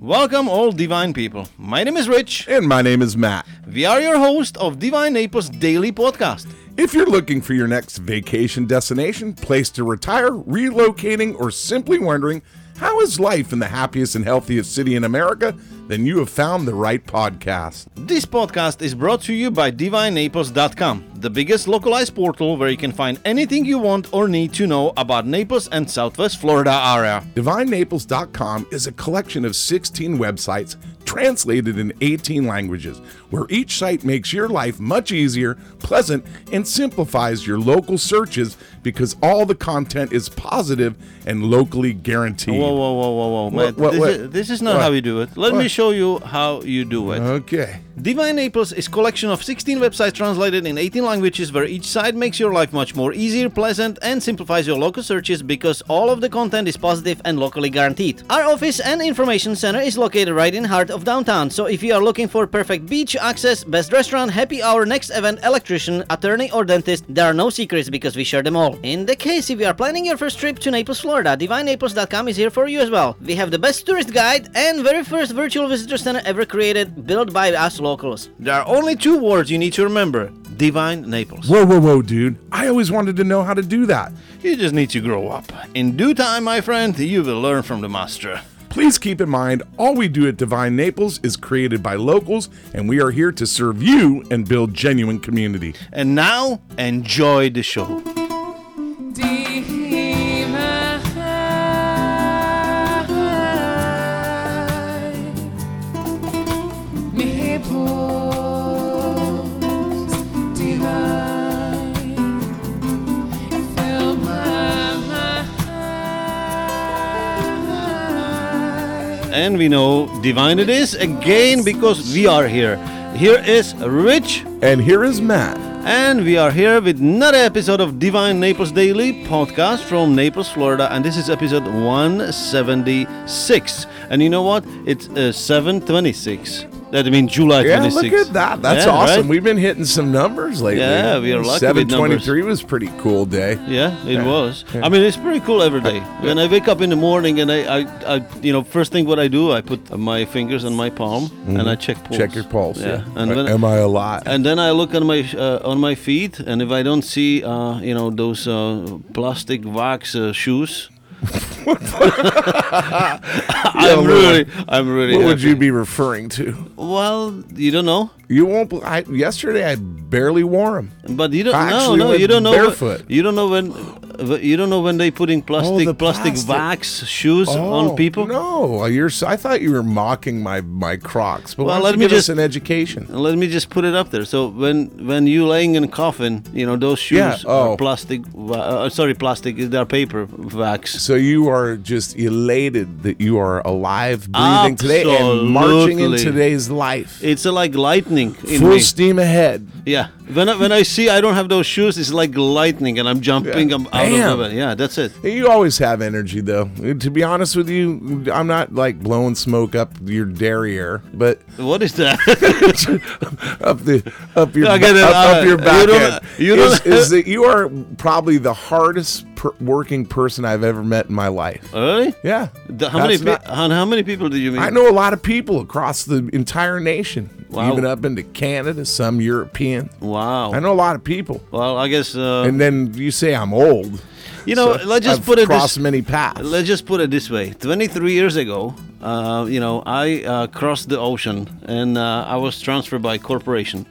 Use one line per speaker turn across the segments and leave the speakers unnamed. Welcome, all divine people. My name is Rich.
And my name is Matt.
We are your host of Divine Naples Daily Podcast.
If you're looking for your next vacation destination, place to retire, relocating, or simply wondering how is life in the happiest and healthiest city in America, then you have found the right podcast.
This podcast is brought to you by DivineNaples.com, the biggest localized portal where you can find anything you want or need to know about Naples and Southwest Florida area.
DivineNaples.com is a collection of 16 websites translated in 18 languages, where each site makes your life much easier, pleasant, and simplifies your local searches because all the content is positive and locally guaranteed.
Whoa, whoa, whoa, whoa, whoa. Matt,
what-
this,
what?
Is, this is not
What?
how you do it. Let me
What?
show you how you do it.
Okay.
Divine Naples is collection of 16 websites translated in 18 languages where each site makes your life much more easier, pleasant and simplifies your local searches because all of the content is positive and locally guaranteed. Our office and information center is located right in heart of downtown. So if you are looking for perfect beach access, best restaurant, happy hour, next event, electrician, attorney or dentist, there are no secrets because we share them all. In the case if you are planning your first trip to Naples, Florida, divinenaples.com is here for you as well. We have the best tourist guide and very first virtual visitor center ever created, built by us locals. There are only two words you need to remember. Divine Naples.
Whoa, whoa, whoa, dude. I always wanted to know how to do that.
You just need to grow up. In due time, my friend, you will learn from the master.
Please keep in mind, all we do at Divine Naples is created by locals, and we are here to serve you and build genuine community.
And now, enjoy the show. And we know divine it is again because we are here. Here is Rich,
And here is Matt.
and we are here with another episode of Divine Naples Daily podcast from Naples, Florida. And this is episode 176. And you know what? It's uh, 726. That means July
Yeah,
26.
look at that. That's
Yeah,
awesome.
right?
We've been hitting some numbers lately.
Yeah, we are lucky with numbers.
723 was pretty cool day.
Yeah, it was. I mean, it's pretty cool every day. When I wake up in the morning and I, I, I you know, first thing what I do, I put my fingers on my palm and I check pulse.
Mm-hmm. Check your pulse. Yeah.
And
Or
when,
Am I alive?
and then I look on my uh, on my feet, and if I don't see, uh, you know, those uh, plastic wax uh, shoes. I'm
what-
really, I'm really.
what would
happy.
you be referring to?
Well, you don't know,
You won't. bel- I, yesterday, I barely wore them.
but you don't.
I
No,
actually
no,
went
you don't know. wh-
barefoot. Oh,
You don't know when. wh- You don't know when they put in plastic,
the
plastic,
plastic. Oh,
wax shoes on people.
No, you're. s- I thought you were mocking my my Crocs. But
Well,
why don't
let
you
me
give
just-
us an education.
Let me just put it up there. So when when you laying in a coffin, you know those shoes
Yeah,
are
oh.
plastic. wa- Uh, sorry, plastic. They're paper wax.
So you are just elated that you are alive, breathing today, and marching in
Absolutely.
today's life.
It's uh, like lightning in
Full
me.
steam ahead.
yeah. When I, when I see I don't have those shoes, it's like lightning, and I'm jumping.
Yeah.
I'm out of
Bam.
the way. Yeah, that's it.
You always have energy, though. To be honest with you, I'm not like blowing smoke up your derriere, but
What is that?
up the up your
I get it.
up, up
Uh,
your
you
back
don't-
end.
you
is,
don't-
is that you are probably the hardest per- working person I've ever met in my life.
really?
Yeah.
The- how many
That's
pe-
not-
how, how many people do you meet?
I know a lot of people across the entire nation,
Wow.
even up into Canada, some European.
Wow.
I know a lot of people.
Well, I guess uh,
And then you say I'm old.
you know.
So
let's just
I've
put it
crossed
this.
many paths.
Let's just put it this way: 23 years ago, uh, you know, I uh, crossed the ocean, and uh, I was transferred by corporation,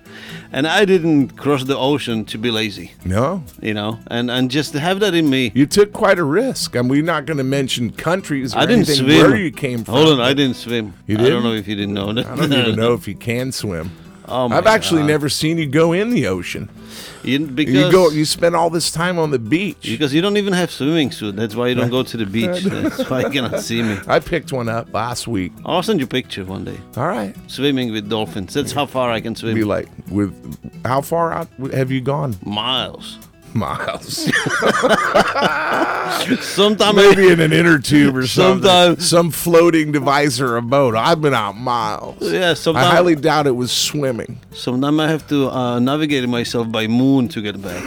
and I didn't cross the ocean to be lazy,
no,
you know, and and just to have that in me.
you took quite a risk. and we're not going to mention countries or
I didn't
anything
swim.
where you came from.
Hold on, I didn't swim.
You
I don't
didn't?
know if you didn't know that.
I don't even know if you can swim.
Oh my
I've actually
God.
never seen you go in the ocean.
You, because
You go. You spend all this time on the beach.
because you don't even have swimming suit. That's why you don't go to the beach. That's why you cannot see me.
I picked one up last week.
I'll send you a picture one day.
All right.
Swimming with dolphins. That's how far I can swim.
Be like, with how far out w- have you gone?
Miles.
miles.
Sometime
Maybe in an inner tube or something.
Sometimes.
Some floating device or a boat. I've been out miles.
Yeah,
I
sometime-
highly doubt it was swimming.
Sometime I have to uh, navigate myself by moon to get back.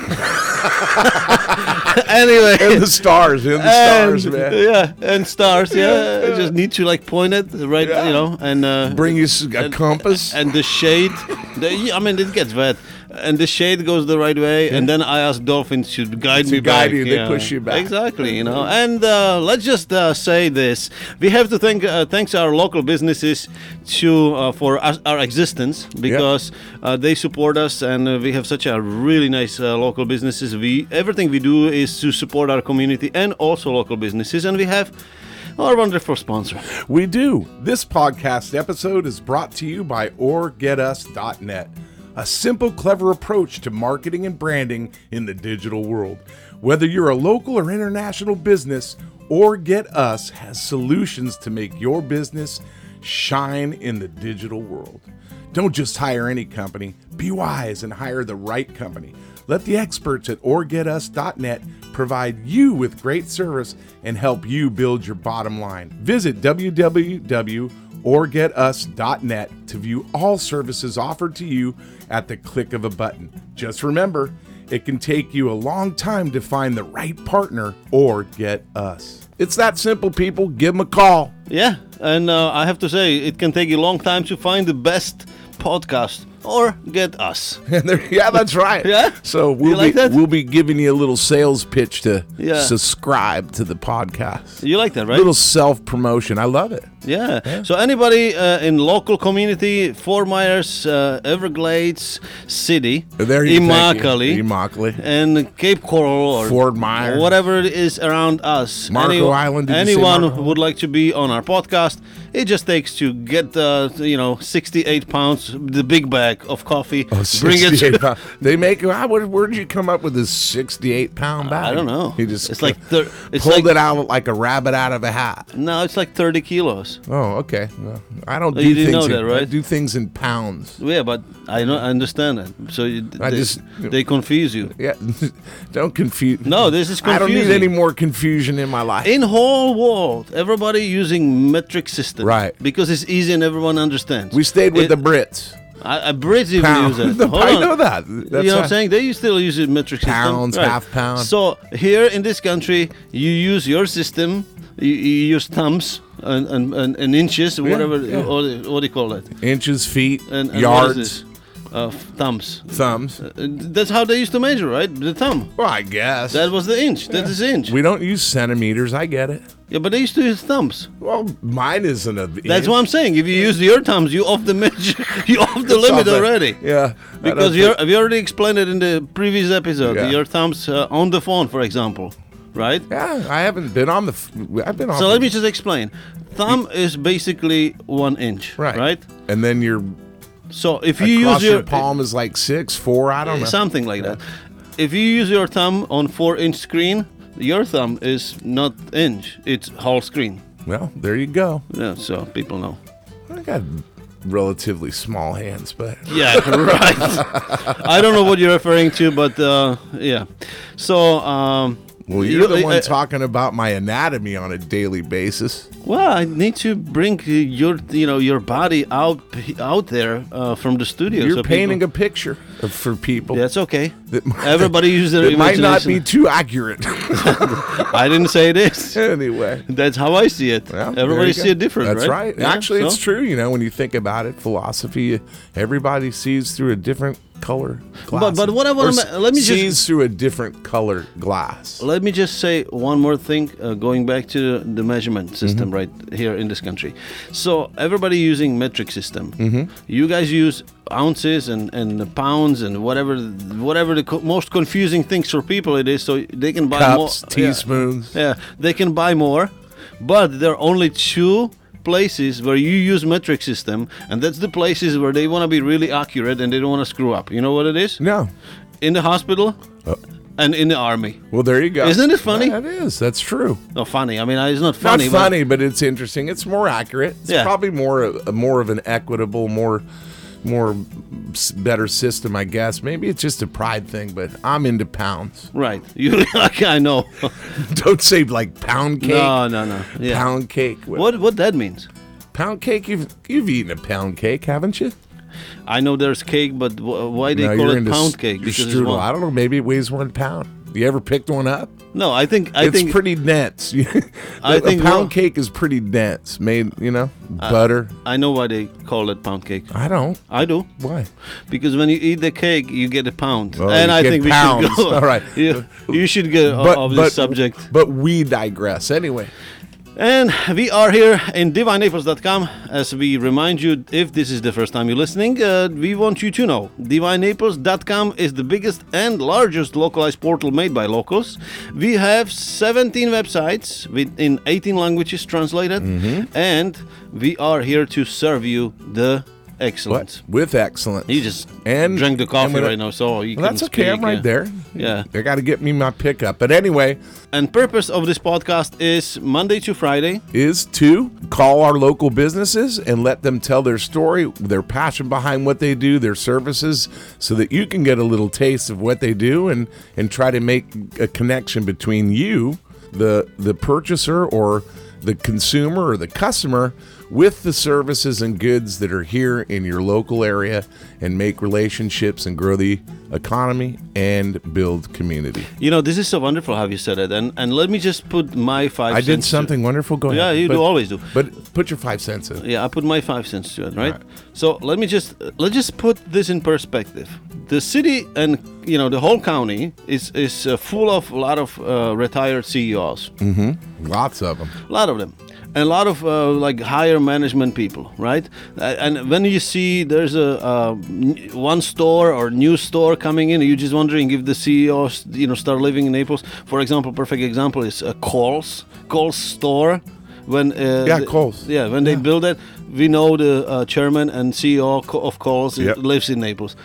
anyway.
In the stars, in the
and-
stars, man.
Yeah, and stars. Yeah, I just need to like point it right,
Yeah.
you know, and uh,
Bring you s- a compass.
and the shade. the, yeah, I mean, it gets wet, and the shade goes the right way, and then I ask dolphins to guide me back.
guide you, they push you back. Mm-hmm.
Exactly, you know. And uh, let's just uh, say this: we have to thank uh, thanks our local businesses to uh, for us, our existence because uh, they support us, and uh, we have such a really nice uh, local businesses. We everything we do is to support our community and also local businesses, and we have our wonderful sponsor.
We do. This podcast episode is brought to you by OrGetUs.net, a simple, clever approach to marketing and branding in the digital world. Whether you're a local or international business, OrGetUs has solutions to make your business shine in the digital world. Don't just hire any company. Be wise and hire the right company. Let the experts at orgetus.net provide you with great service and help you build your bottom line. Visit www.orgetus.net to view all services offered to you at the click of a button. Just remember, it can take you a long time to find the right partner or get us. It's that simple, people. Give them a call.
Yeah, and uh, I have to say, it can take a long time to find the best podcast or get us.
And there- yeah, that's right.
Yeah?
So we'll
like
be
that?
we'll be giving you a little sales pitch to
Yeah.
subscribe to the podcast.
You like that, right?
Little self promotion. I love it.
yeah. So anybody uh, in local community, Fort Myers, uh, Everglades City,
There you thank you.
Immokalee,
Immokalee.
and Cape Coral or
Fort Myers.
whatever it is around us.
Marco Island, did you say
anyone
Marco?
who would like to be on our podcast, it just takes to get uh, you know 68 pounds, the big bag of coffee,
Oh,
bring it to
68 pound- They make. How, where, where did you come up with this sixty-eight pound bag?
I don't know.
He just
it's like thir- it's
pulled
like,
it out like a rabbit out of a hat.
No, it's like 30 kilos.
Oh, okay. Well, I don't do
Oh, you didn't
things.
know
in,
that, right?
I do things in pounds.
Yeah, but I don't understand that. So you,
I
they,
just-
they confuse you.
Yeah. don't confuse.
No, this is
I don't need
confusing.
any more confusion in my life.
In whole world, everybody using metric system,
Right.
Because it's easy and everyone understands.
We stayed with
It-
the Brits.
I, I Brits even
Pound.
use it.
No,
Hold
I
on.
know that. That's
you know what
right.
I'm saying? They still use it metric system.
Pounds, half pound.
So here in this country, you use your system. You, you use thumbs and and, and, and inches, whatever.
yeah.
What, what do you call it?
Inches, feet,
And, and what is
yards,
this? Uh, thumbs. Uh,
thumbs.
That's how they used to measure, right? The thumb.
Well, I guess.
That was the inch. That is inch.
we don't use centimeters. I get it.
yeah, but they used to use thumbs.
Well, mine isn't a.
That's what I'm saying. If you use your thumbs, you off the measure, you off the
It's
limit
something.
already.
Yeah. I don't
Because
think-
you're, we already explained it in the previous episode.
Yeah.
Your thumbs uh, on the phone, for example, right?
Yeah, I haven't been on the. f- I've been on.
So
the-
let me just explain. Thumb is basically one inch,
Right.
right?
And then your
So if you
across
use
your,
your
palm is like six, four. I don't know.
something like that, if you use your thumb on four-inch screen, your thumb is not inch; it's whole screen.
well, there you go.
Yeah, so people know.
I got relatively small hands, but
Yeah, right. I don't know what you're referring to, but uh, yeah. So, um,
well, you're the
you-
one
uh,
talking about my anatomy on a daily basis.
well, I need to bring uh, your, you know, your body out out there uh, from the studio.
You're
so people-
painting a picture of- for people.
That's okay.
That might-
Everybody uses their
It might
imagination.
not be too accurate.
I didn't say this.
anyway.
That's how I see it.
Well, there
Everybody
you
see
go.
it different,
That's
right?
right.
Yeah,
Actually,
so-
it's true. You know, when you think about it, philosophy, everybody sees through a different color glass.
but what I wanna
Or
ma-
s-
let me just-
sees through a different color glass.
Let me just say one more thing, uh, going back to the
Mm-hmm.
measurement system right here in this country. So everybody using metric system.
Mm-hmm.
You guys use ounces and, and the pounds and whatever whatever the co- most confusing things for people it is, so they can buy more.
Cups,
yeah.
teaspoons.
Yeah, they can buy more, but there are only two places where you use metric system, and that's the places where they want to be really accurate and they don't want to screw up. You know what it is?
No. Uh.
In the hospital and in the army.
Well, there you go.
Isn't it funny?
That is. That's true.
No, funny. I mean, I- it's not funny.
Not
but-
funny, but, it's interesting. It's more accurate. It's
Yeah.
probably more a, more of an equitable, more more s- better system, I guess. Maybe it's just a pride thing, but I'm into pounds.
Right. You like I know.
Don't say like pound cake.
No, no, no. Yeah.
Pound cake. Well,
What what that means?
Pound cake. You've you've eaten a pound cake, haven't you?
I know there's cake, but w- why they call it
into
pound
s-
cake?
your
Because it's
strudel.
one-
I don't know. Maybe it weighs one pound. You ever picked one up?
no, I think I
it's
think
pretty dense.
I
a
think Uh,
pound
one-
cake is pretty dense. Made, you know, butter.
I know why they call it pound cake.
I don't.
I do
Why?
because when you eat the cake, you get a pound,
Oh,
and
you
I
get
think we
pounds.
should go.
All right.
you, you should go o- of this subject.
But we digress. Anyway,
And we are here in divineaples.com. As we remind you, if this is the first time you're listening, uh, we want you to know divineaples.com is the biggest and largest localized portal made by locals. We have 17 websites with, in 18 languages translated,
Mm-hmm.
and we are here to serve you the excellence.
but with excellence.
You just
And-
drank the
and
coffee
with a-
right now, so you
Well, that's
couldn't
okay. I'm
speak, uh,
right
yeah.
there.
Yeah.
They got to get me my pickup. But anyway,
And purpose of this podcast is Monday to Friday.
is to call our local businesses and let them tell their story, their passion behind what they do, their services, so that you can get a little taste of what they do and and try to make a connection between you, the the purchaser or the consumer or the customer with the services and goods that are here in your local area and make relationships and grow the economy and build community.
You know, this is so wonderful how you said it, and and let me just put my five.
I did
cents to-
something wonderful going
Yeah, you do always do.
But put your 5 cents in.
Yeah, I put my five cents to it, right? So let me just let's just put this in perspective. The city and you know the whole county is is uh, full of a lot of uh, retired CEOs,
Lots of them.
a lot of them, and a lot of uh, like higher management people, right? Uh, and when you see there's a uh, n- one store or new store coming in, you're just wondering if the CEOs you know start living in Naples. For example, perfect example is uh, Kohl's Kohl's store. When uh,
Yeah,
the-
Kohl's.
yeah, when they build it, we know the uh, chairman and CEO co- of Coles
Yep.
lives in Naples,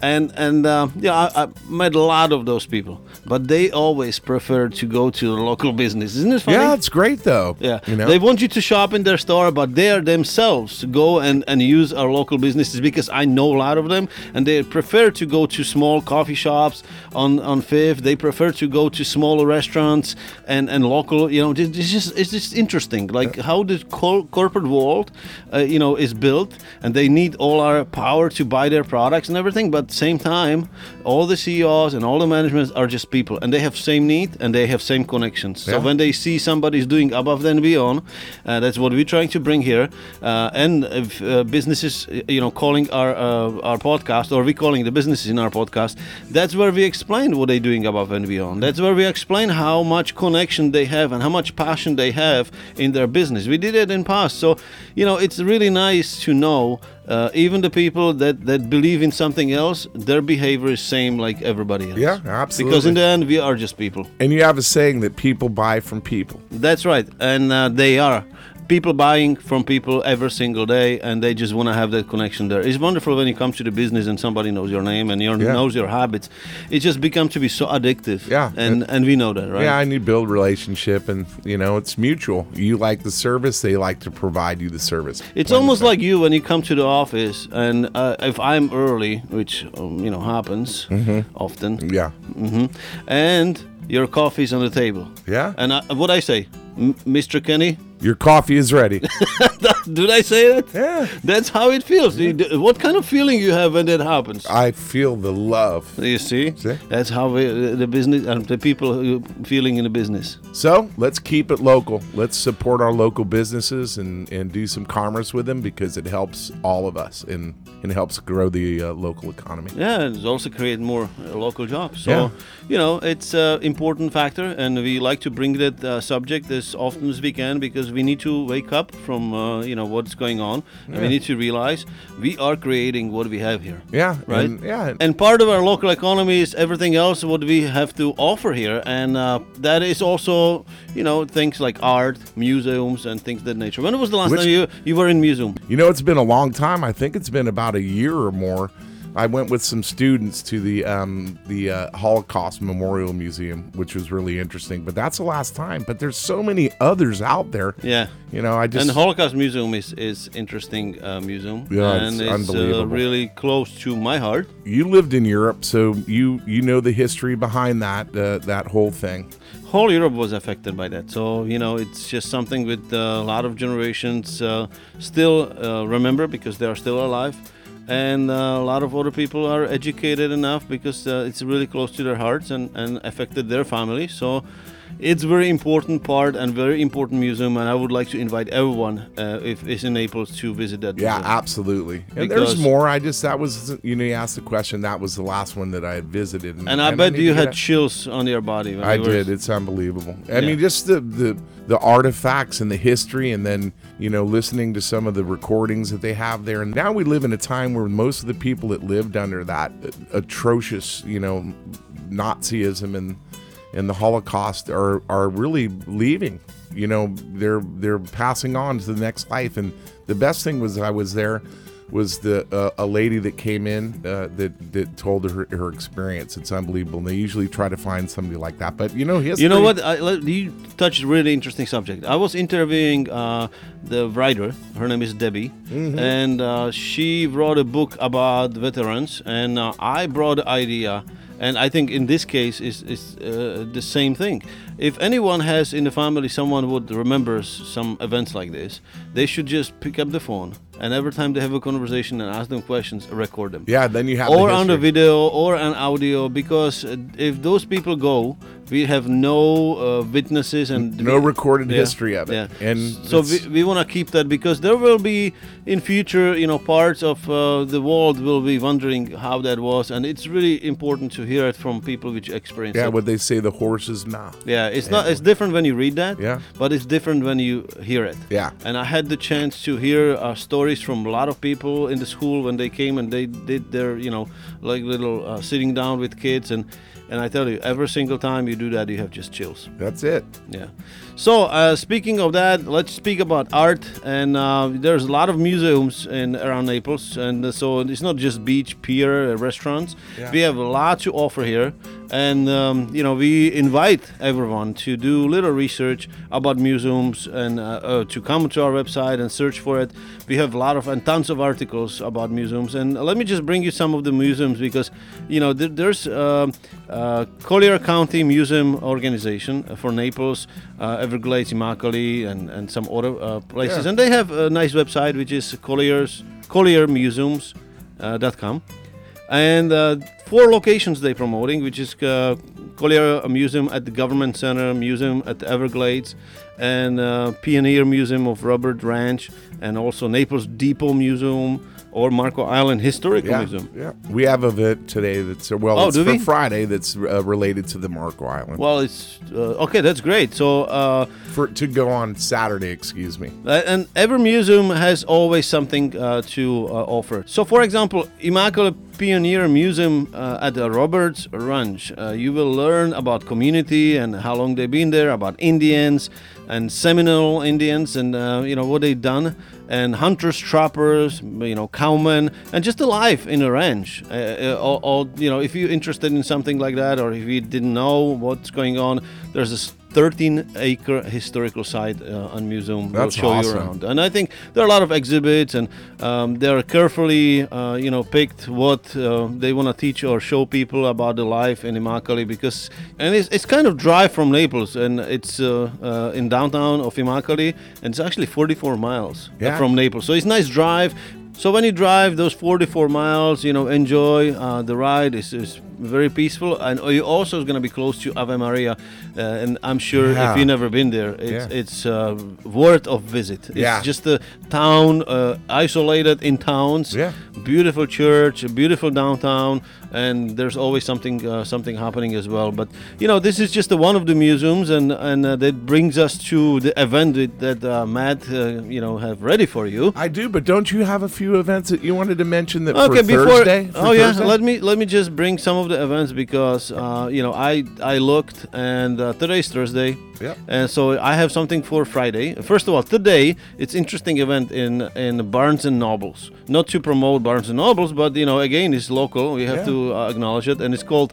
and and uh, yeah, I, I met a lot of those people, but they always prefer to go to the local business. Isn't it funny?
Yeah, it's great though.
Yeah,
you know,
they want you to shop in their store, but they are themselves go and, and use our local businesses because I know a lot of them, and they prefer to go to small coffee shops on, on Fifth. They prefer to go to smaller restaurants and, and local. You know, this, this is it's just interesting, like how the cor- corporate world, uh, you know, is built, and they need all our power to buy their products and everything. But same time, all the CEOs and all the managements are just people, and they have same need and they have same connections. So
Yeah.
when they see somebody's doing above and beyond, uh, that's what we're trying to bring here. Uh, and if uh, businesses, uh, you know, calling our uh, our podcast or we calling the businesses in our podcast, that's where we explain what they're doing above and beyond. That's where we explain how much connection they have and how much passion they have in their business. We did it in past, so you know, it's really nice to know. Uh, even the people that, that believe in something else, their behavior is same like everybody else.
Yeah,
Because in
absolutely.
the end, we are just people.
and you have a saying that people buy from people.
That's right, and uh, they are people buying from people every single day, and they just want to have that connection there. It's wonderful when you come to the business and somebody knows your name and your,
Yeah.
knows your habits. It just becomes to be so addictive.
Yeah,
and and we know that, right?
Yeah, and you build relationship, and you know it's mutual. You like the service; they like to provide you the service.
It's almost like you when you come to the office, and uh, if I'm early, which um, you know happens
Mm-hmm.
often,
yeah,
hmm and your coffee's on the table.
Yeah.
And I, what I say, M- Mr. Kenny,
your coffee is ready.
did I say that?
yeah,
That's how it feels. You d- What kind of feeling you have when that happens?
I feel the love.
You see,
See?
that's how we, the business and the people who feeling in the business.
So let's keep it local. Let's support our local businesses and and do some commerce with them because it helps all of us and and helps grow the uh, local economy.
Yeah, and it's also create more uh, local jobs. So
Yeah.
you know, it's an important factor, and we like to bring that uh, subject as often as we can because we need to wake up from uh, you know what's going on, and we need to realize we are creating what we have here.
Yeah,
Right.
and- yeah,
And part of our local economy is everything else what we have to offer here, and uh, that is also, you know, things like art, museums, and things of that nature. When was the last
Which-
time you you were in museum?
You know, it's been a long time. I think it's been about a year or more I went with some students to the um, the uh, Holocaust Memorial Museum, which was really interesting. But that's the last time. But there's so many others out there.
Yeah.
You know, I just
And the Holocaust Museum is is interesting uh, museum.
Yeah, it's
and it's,
unbelievable.
Uh, really close to my heart.
you lived in Europe, so you you know the history behind that uh, that whole thing.
Whole Europe was affected by that. So you know, it's just something with uh, a lot of generations uh, still uh, remember because they are still alive, and uh, a lot of other people are educated enough because uh, it's really close to their hearts and and affected their family. So. It's very important part and very important museum, and I would like to invite everyone uh, if is in Naples to visit that.
Yeah,
museum.
absolutely. And
Because-
there's more. I just that was you know you asked the question. That was the last one that I had visited.
And I bet
need to
you
get
had
out.
chills on your body. When
I
you were-
did. It's unbelievable. I
Yeah.
mean, just the, the the artifacts and the history, and then you know, listening to some of the recordings that they have there. And now we live in a time where most of the people that lived under that uh, atrocious, you know, Nazism and and the Holocaust are are really leaving. You know, they're they're passing on to the next life. And the best thing was I was there was the uh, a lady that came in uh, that that told her her experience. It's unbelievable. And they usually try to find somebody like that, but you know history.
You know what? I, let- you touched a really interesting subject. I was interviewing uh, the writer. Her name is Debbie, and uh, she wrote a book about veterans. And uh, I brought the idea, and I think in this case is is uh, the same thing. If anyone has in the family someone would remembers some events like this, they should just pick up the phone and every time they have a conversation and ask them questions, record them.
Yeah, then you have
or
the
on the
history.
video or on audio because uh, if those people go we have no uh, witnesses and
No recorded
Yeah,
history of it.
yeah.
And
so we,
it's-
we want to keep that because there will be in future you know parts of uh, the world will be wondering how that was and it's really important to hear it from people which experience
yeah,
it
what they say, the horse's mouth.
yeah, it's not. It's different when you read that.
Yeah.
But it's different when you hear it.
Yeah.
And I had the chance to hear uh, stories from a lot of people in the school when they came and they did their, you know, like little uh, sitting down with kids and, and I tell you, every single time you do that, you have just chills.
That's it.
Yeah. So uh, speaking of that, let's speak about art. And uh, there's a lot of museums in around Naples, and uh, so it's not just beach, pier, uh, restaurants.
Yeah.
We have a lot to offer here, and um, you know we invite everyone to do little research about museums and uh, uh, to come to our website and search for it. We have a lot of and tons of articles about museums. And let me just bring you some of the museums because you know there, there's um uh, Collier County Museum organization for Naples, uh, Everglades, Immokalee, and and some other uh, places.
Yeah.
And they have a nice website which is Collier's uh, CollierMuseums.com. And uh, four locations they promoting, which is uh, Collier Museum at the Government Center, Museum at the Everglades, and uh, Pioneer Museum of Robert Ranch, and also Naples Depot Museum or Marco Island Historical
Yeah,
Museum.
yeah. We have of it today. That's uh, well,
Oh,
it's
do
for
we?
Friday. That's uh, related to the Marco Island.
Well, it's uh, okay. That's great. So, uh,
for to go on Saturday, excuse me.
Uh, And every museum has always something uh, to uh, offer. So, for example, Immaculate Pioneer Museum uh, at the Roberts Ranch, uh, you will learn about community and how long they've been there, about Indians and Seminole Indians, and uh, you know what they've done, and hunters, trappers, you know, cowmen, and just the life in a ranch. Uh, uh, or, or you know, if you're interested in something like that, or if you didn't know what's going on, there's this 13 acre historical site uh, and museum will
That's
show
awesome.
you around and i think there are a lot of exhibits and um, they are carefully uh, you know picked what uh, they want to teach or show people about the life in immokalee because and it's, it's kind of dry from naples and it's uh, uh, in downtown of immokalee and it's actually 44 miles uh,
Yeah.
from naples so it's nice drive so when you drive those 44 miles, you know, enjoy uh, the ride. It's, it's very peaceful, and you also is going to be close to Ave Maria, uh, and I'm sure
Yeah.
if you never been there, it's
Yeah.
it's uh, worth of visit. It's
Yeah.
just a town uh, isolated in towns.
Yeah.
Beautiful church, a beautiful downtown, and there's always something uh, something happening as well. But you know, this is just the one of the museums, and and uh, that brings us to the event that- that uh, Matt uh, you know have ready for you.
I do, but don't you have a few events that you wanted to mention that
Okay,
for
before
Thursday? For
oh yeah,
Thursday?
let me let me just bring some of the events because uh, you know I I looked and uh, today's Thursday
Yep.
And so I have something for Friday. First of all, today it's interesting event in in Barnes and Nobles. Not to promote Barnes and Nobles, but you know again it's local. We have
Yeah.
to uh, acknowledge it, and it's called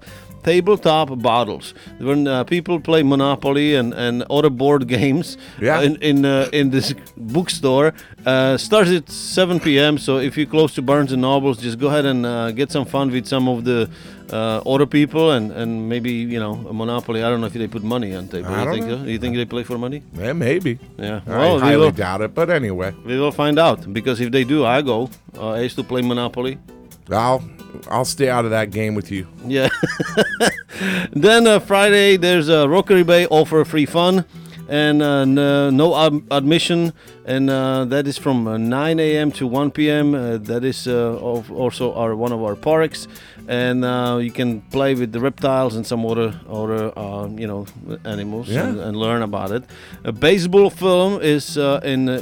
tabletop battles when uh, people play monopoly and, and other board games
Yeah.
uh, in in, uh, in this bookstore uh, starts at 7 p.m so if you're close to barnes and nobles just go ahead and uh, get some fun with some of the uh, other people and, and maybe you know a monopoly i don't know if they put money on table
I
you
don't
think
know.
so? you think they play for money
Yeah, maybe.
yeah
I
well we
highly
will,
doubt it, but anyway,
we will find out because if they do i go uh, i used to play monopoly
I'll I'll stay out of that game with you.
Yeah. then uh, Friday, there's a Rockery Bay offer free fun and uh, n- uh, no ad- admission. And uh, that is from uh, 9 a.m. to 1 p.m. Uh, that is uh, of also our one of our parks. And uh, you can play with the reptiles and some other, other uh, you know, animals
Yeah.
and, and learn about it. A baseball film is uh, in the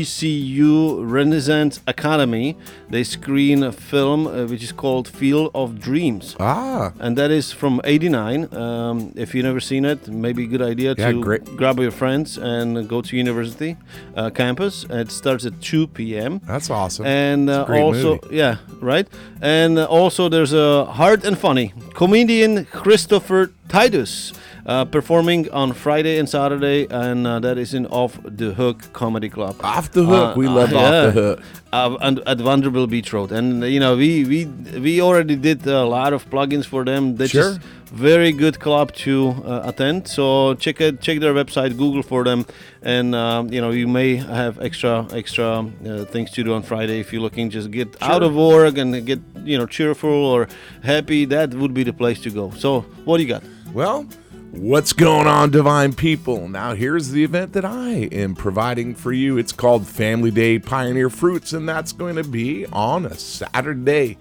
FGCU Renaissance Academy. They screen a film uh, which is called Field of Dreams.
Ah,
And that is from 89. Um, if you've never seen it, maybe a good idea
Yeah,
to
great.
grab your friends and go to university uh, campus. It starts at 2 p.m.
that's awesome.
And uh,
Ah, a great
also,
movie.
yeah, right. And uh, also, there's a hard and funny comedian Christopher Titus uh, performing on Friday and Saturday, and uh, that is in Off the Hook Comedy Club.
Off the hook. we love
uh,
off
yeah.
the hook.
Uh, and at Vanderbilt Beach Road, and you know we we we already did a lot of plugins for them. That's
Sure.
very good club to uh, attend. So check it, check their website, Google for them, and um, you know you may have extra extra uh, things to do on Friday if you're looking. Just get out of work and get you know cheerful or happy. That would be the place to go. So what do you got?
Well, what's going on, divine people? Now, here's the event that I am providing for you. It's called Family Day Pioneer Fruits, and that's going to be on a Saturday,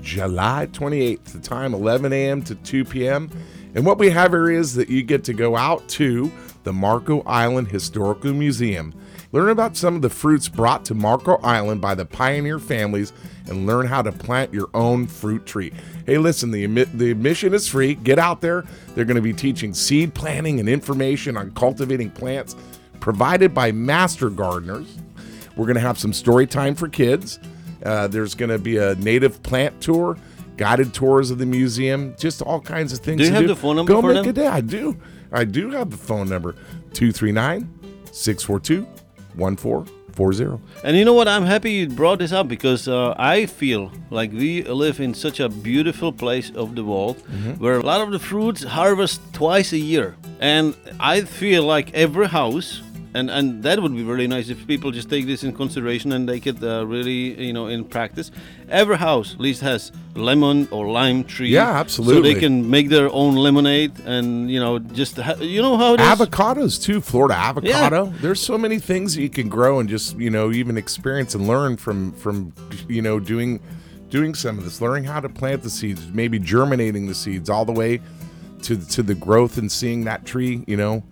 July 28th, the time 11 a.m. to 2 p.m. And what we have here is that you get to go out to the Marco Island Historical Museum. Learn about some of the fruits brought to Marco Island by the pioneer families and learn how to plant your own fruit tree. Hey, listen, the, admi- the admission is free. Get out there. They're going to be teaching seed planting and information on cultivating plants provided by master gardeners. We're going to have some story time for kids. Uh, there's going to be a native plant tour, guided tours of the museum, just all kinds of things.
Do you
to
have the phone number
Go
for
make
them?
a day. I do. I do have the phone number 239 642 1440.
And you know what? I'm happy you brought this up because uh, I feel like we live in such a beautiful place of the world
Mm-hmm.
where a lot of the fruits harvest twice a year. And I feel like every house. And, and that would be really nice if people just take this in consideration and they could uh, really, you know, in practice. Every house at least has lemon or lime tree.
Yeah,
So
absolutely.
they can make their own lemonade and, you know, just, ha- you know how it is?
Avocados too, Florida avocado. There's so many things that you can grow and just you know even experience and learn from from you know doing doing some of this, learning how to plant the seeds, maybe germinating the seeds all the way to to the growth and seeing that tree you know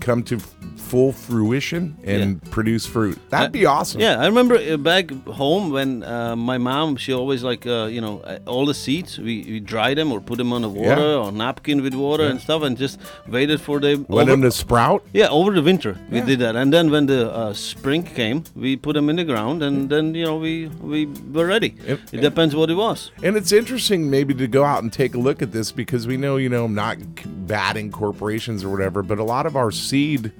come to f- full fruition and produce fruit. That'd be awesome.
Yeah, I remember uh, back home when uh, my mom, she always like, uh, you know, uh, all the seeds, we, we dry them or put them on the water or napkin with water and stuff and just waited for them.
Let
over-
them to sprout.
yeah, over the winter we
Yeah.
did that. And then when the uh, spring came, we put them in the ground and then, you know, we, we were ready.
Mm. Yep.
It depends what it was.
And it's interesting maybe to go out and take a look at this because we know, you know, I'm not batting corporations or whatever, but a lot of our seed,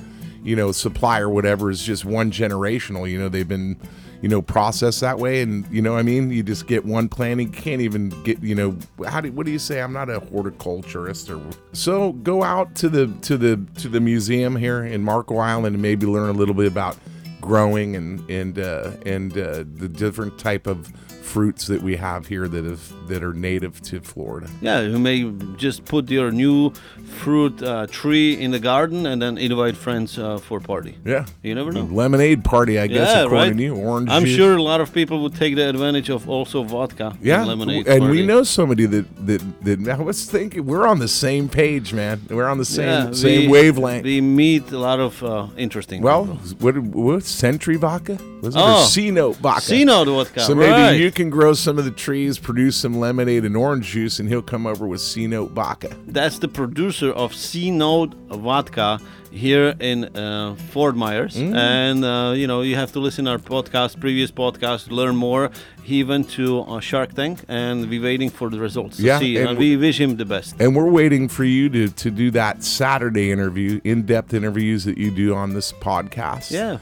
you know, supply or whatever is just one generational. You know, they've been, you know, processed that way. And, you know, what I mean, you just get one planting, can't even get, you know, how do, what do you say? I'm not a horticulturist or so go out to the, to the, to the museum here in Marco Island and maybe learn a little bit about growing and and uh, and uh, the different type of fruits that we have here that have that are native to Florida.
Yeah, you may just put your new fruit uh, tree in the garden and then invite friends uh, for party.
Yeah,
You never know.
lemonade party, I guess.
Yeah,
according
right.
to you, orange.
I'm
juice.
sure a lot of people would take the advantage of also vodka
Yeah,
and lemonade.
and
party.
we know somebody that that that I was thinking we're on the same page, man. We're on the same
Yeah,
same
we-
wavelength.
We meet a lot of uh, interesting.
well,
people.
what what century vodka was it?
Oh.
Or C note vodka.
C note vodka.
So maybe
right.
you can grow some of the trees, produce some lemonade and orange juice, and he'll come over with C Note Baca.
That's the producer of C Note Vodka here in uh, Fort Myers.
Mm.
And, uh, you know, you have to listen our podcast, previous podcast, learn more. He went to uh, Shark Tank and we're waiting for the results. to
Yeah,
see,
and
and we wish him the best.
And we're waiting for you to, to do that Saturday interview, in depth interviews that you do on this podcast.
Yeah.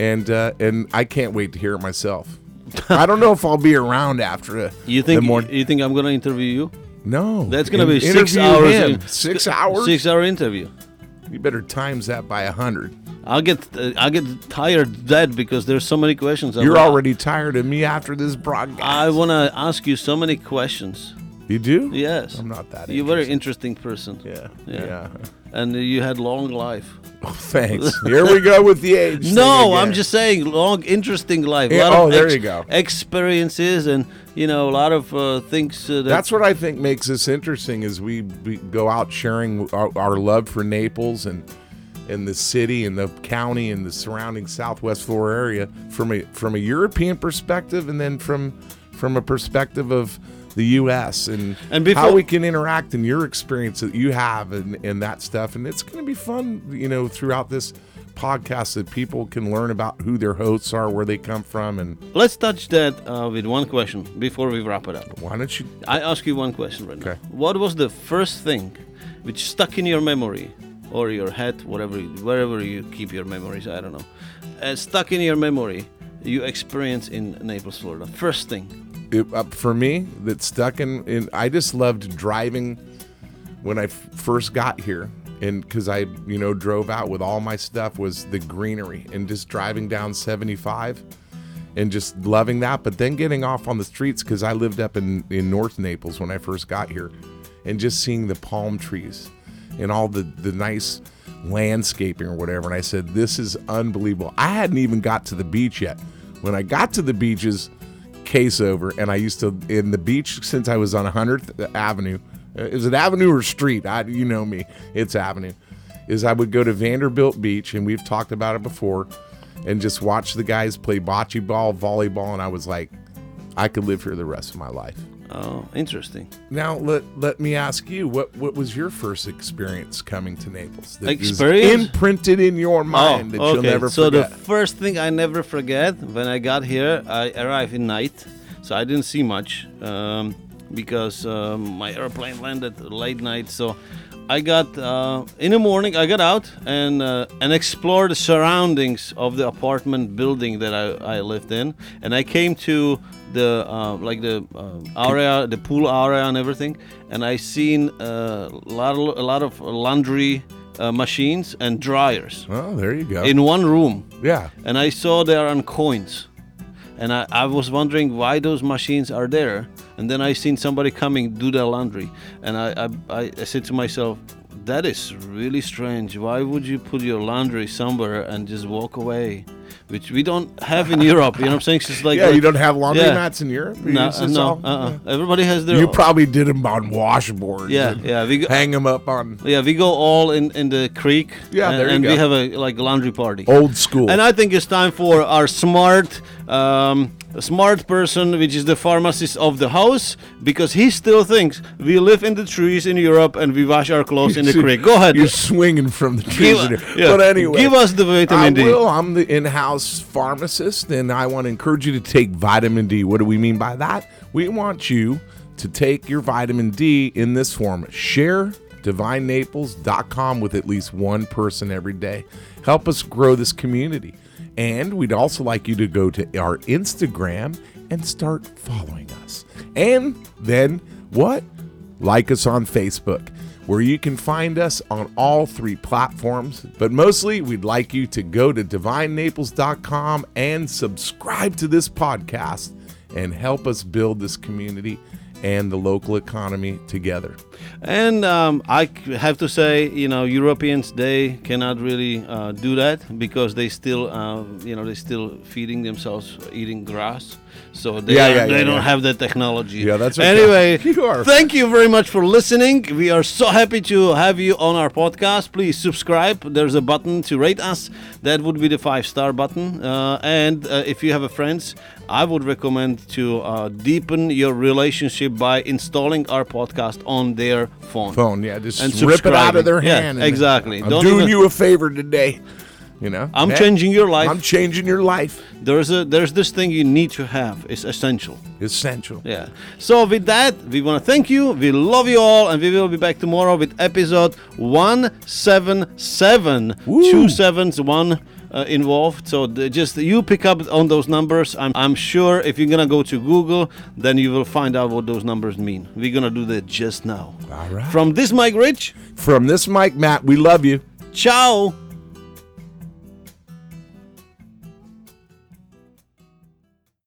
And uh, and I can't wait to hear it myself. I don't know if I'll be around after uh,
You
the
think
morning.
you think I'm gonna interview you?
No,
That's gonna
In-
be six
interview
hours.
him.
in-
six
th-
hours.
Six hour interview.
You better times that by a hundred.
I'll get uh, I'll get tired dead because there's so many questions. I
You're
wanna-
already tired of me after this broadcast.
I wanna ask you so many questions.
you do?
Yes.
I'm not that.
You're a very interesting person.
interested.
Yeah.
Yeah.
And you had long life.
Oh, thanks. Here we go with the age. thing
No, I'm
again.
just saying long, interesting life. A
Yeah,
lot
oh,
of
there you go.
Experiences and you know a lot of uh, things. Uh, that,
That's what I think makes us interesting is we, we go out sharing our, our love for Naples and and the city and the county and the surrounding Southwest Florida area from a from a European perspective and then from from a perspective of the U.S. and,
And
how
before-
we can interact and your experience that you have and, and that stuff and it's going to be fun you know throughout this podcast that people can learn about who their hosts are where they come from and
Let's touch that uh, with one question before we wrap it up.
why don't you
I ask you one question right now.
Okay.
What was the first thing which stuck in your memory or your head, whatever, wherever you keep your memories? I don't know. Uh, stuck in your memory, you experience in Naples, Florida. First thing.
it, uh, for me that stuck in, in I just loved driving when I f- first got here and because I you know drove out with all my stuff was the greenery and just driving down 75 and just loving that but then getting off on the streets because I lived up in in North Naples when I first got here and just seeing the palm trees and all the the nice landscaping or whatever and I said this is unbelievable I hadn't even got to the beach yet when I got to the beaches case over and I used to in the beach since I was on 100th Avenue. uh, Is it Avenue or Street? I you know me. It's Avenue. Is I would go to Vanderbilt Beach and we've talked about it before and just watch the guys play bocce ball, volleyball and I was like I could live here the rest of my life.
Oh, interesting.
Now let let me ask you what what was your first experience coming to Naples? that is
Experience? Oh,
imprinted in your mind that you'll never
so
forget.
the first thing I never forget when I got here, I arrived in night, so I didn't see much um, because um, my airplane landed late night. So I got uh, in the morning. I got out and uh, and explored the surroundings of the apartment building that I, I lived in, and I came to the uh, like the uh, area, the pool area, and everything. And I seen uh, a lot of, a lot of laundry. Uh, machines and dryers
oh, there you go.
in one room
yeah.
and I saw they are on coins. And I, I was wondering why those machines are there. And then I seen somebody coming do their laundry. And I, I, I, I said to myself, that is really strange. Why would you put your laundry somewhere and just walk away? Which we don't have in Europe. You know what I'm saying? It's just like
Yeah,
like-
you don't have laundry
Yeah.
mats in Europe. You
No,
use
uh,
this
no,
all?
uh-uh. everybody has their.
You probably did them on washboards.
yeah,
and
yeah. We go,
Hang them up on
yeah, we go all in, in the creek.
Yeah,
and,
there you
and
go.
we have a like laundry party.
old school.
And I think it's time for our smart, um, smart person, which is the pharmacist of the house, because he still thinks we live in the trees in Europe and we wash our clothes in the creek. Go ahead.
You're swinging from the trees. in here.
yeah,
But anyway,
give us the vitamin
I
D.
will. I'm the in-house pharmacist, and I want to encourage you to take vitamin D. What do we mean by that? We want you to take your vitamin D in this form. Share divinenaples.com with at least one person every day. Help us grow this community. And we'd also like you to go to our Instagram and start following us. And then what? like us on Facebook, where you can find us on all three platforms. But mostly, we'd like you to go to divinenaples.com and subscribe to this podcast and help us build this community and the local economy together.
And um, I c- have to say, you know, Europeans they cannot really uh, do that because they still, uh, you know, they still feeding themselves, eating grass. So they,
Yeah,
are-
yeah,
they
yeah,
don't
yeah.
have that technology.
Yeah, that's okay.
anyway.
You are.
Thank you very much for listening. We are so happy to have you on our podcast. Please subscribe. There's a button to rate us. That would be the five star button. Uh, and uh, if you have a friends, I would recommend to uh, deepen your relationship by installing our podcast on their phone
Phone, yeah, just
and
rip it out
subscribing.
of their
Yeah,
hand. and,
exactly.
I'm
Don't
doing
even-
you a favor today. You know,
I'm
Yeah.
changing your life.
I'm changing your life.
There's a there's this thing you need to have. It's essential.
Essential.
Yeah. So with that, we want to thank you. We love you all, and we will be back tomorrow with episode one seven seven.
Woo.
Two sevens, one uh, involved. So the, just you pick up on those numbers. I'm I'm sure if you're gonna go to Google, then you will find out what those numbers mean. We're gonna do that just now.
All right.
From this Mike Rich.
From this Mike, Matt, we love you.
Ciao.